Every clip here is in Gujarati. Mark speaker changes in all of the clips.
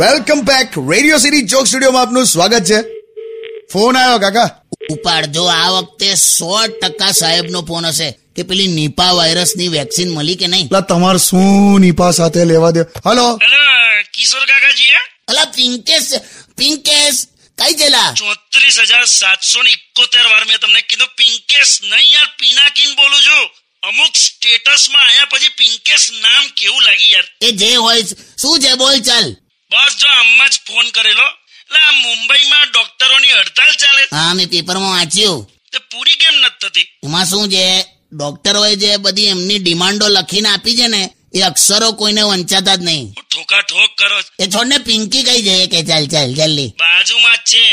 Speaker 1: Welcome back radio city joke સ્ટુડિયોમાં આપનું સ્વાગત છે ફોન આવ્યો કાકા
Speaker 2: ઉપાડજો આ વખતે સો ટકા સાહેબનો ફોન હશે કે પેલી નિપા વાયરસની વેક્સિન મળી કે નહીં
Speaker 1: લા તમાર શું નિપા સાથે લેવા દે હલો
Speaker 3: અલા કિશોર કાકાજી
Speaker 2: અલા પિંકેશ પિંકેશ કઈ ગયેલા
Speaker 3: ચોત્રીસ હજાર સાતસો ને ઇકોતેર વાર મેં તમને કીધું પિંકેશ નહીં યાર પિનાકીન બોલું છું અમુક સ્ટેટસમાં આયા પછી પિંકેશ નામ કેવું લાગી યાર
Speaker 2: એ જે હોય શું છે બોલ ચાલ
Speaker 3: બસ જો આમાં જ ફોન કરેલો એટલે આ મુંબઈમાં ડોક્ટરોની હડતાલ ચાલે
Speaker 2: હા મેં પેપરમાં વાંચ્યું
Speaker 3: તે પૂરી કેમ નથી થતી
Speaker 2: એમાં શું છે ડોક્ટરોએ જે બધી એમની ડિમાન્ડો લખીને આપી છે ને એ અક્ષરો કોઈને વંચાતા જ નહીં
Speaker 3: હું ઠોકા ઠોક કરો છો.
Speaker 2: એ છોડને પિંકી કઈ જઈએ કે ચાલ ચાલ જલ્દી
Speaker 3: બાજુમાં જ છે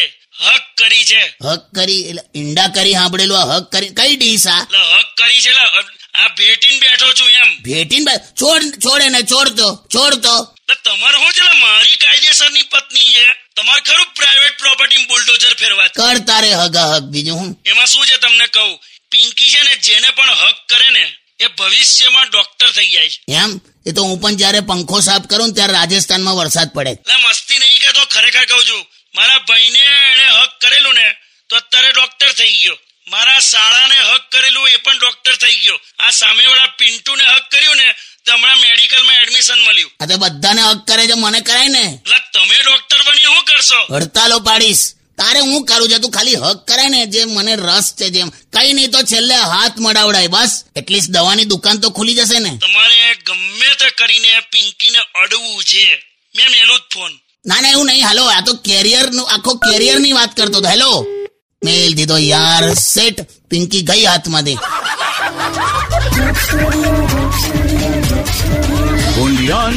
Speaker 3: હક કરી છે
Speaker 2: હક કરી એટલે ઈંડા કરી સાંભળેલું આ હક કરી કઈ ડીશ આ
Speaker 3: એટલે હક કરી છે એટલે અ- આ ભેટીને બેઠો છું એમ
Speaker 2: ભેટીન ભાઈ છોડ છોડે ને છોડતો છોડતો
Speaker 3: એટલે તમારે શું છે એટલે મારી કાયદેસરની પત્ની છે તમારે ખરું પ્રાઇવેટ પ્રોપર્ટી બુલડોઝર ફેરવા
Speaker 2: કર તારે હગ હગ બીજું હું
Speaker 3: એમાં શું છે તમને કહું પિંકી છે ને જેને પણ હક કરે ને એ ભવિષ્યમાં ડોક્ટર થઈ જાય છે
Speaker 2: એમ એ તો હું પણ જ્યારે પંખો સાફ કરું ને ત્યારે રાજસ્થાનમાં વરસાદ પડે
Speaker 3: એટલે મસ્તી નહીં કહેતો ખરેખર કહું છું મારા ભાઈને એણે હક કરેલું ને તો અત્યારે ડોક્ટર થઈ ગયો મારા શાળાને હક કરેલું એ પણ ડોક્ટર થઈ ગયો આ સામેવાળા પિન્ટુને હક કર્યું ને તો હમણાં મેડિકલમાં એડમિશન મળ્યું
Speaker 2: આ તો બધાને હક કરે છે મને કરાય ને
Speaker 3: એટલે તમે ડોક્ટર બની શું કરશો
Speaker 2: હડતાલો પાડીશ તારે હું કરું છું તું ખાલી હક કરાય ને જે મને રસ છે જેમ કઈ નહીં તો છેલ્લે હાથ મડાવડાય બસ એટલીસ્ટ દવાની દુકાન તો ખુલી જશે ને
Speaker 3: તમારે ગમે તે કરીને પિંકીને અડવું છે મેં મેલું જ ફોન
Speaker 2: ના ના એવું નહીં હાલો આ તો કેરિયર નું આખો કેરિયર ની વાત કરતો હતો હેલો મેલ દીધો યાર સેટ પિંકી ગઈ હાથમાં દે
Speaker 4: Undian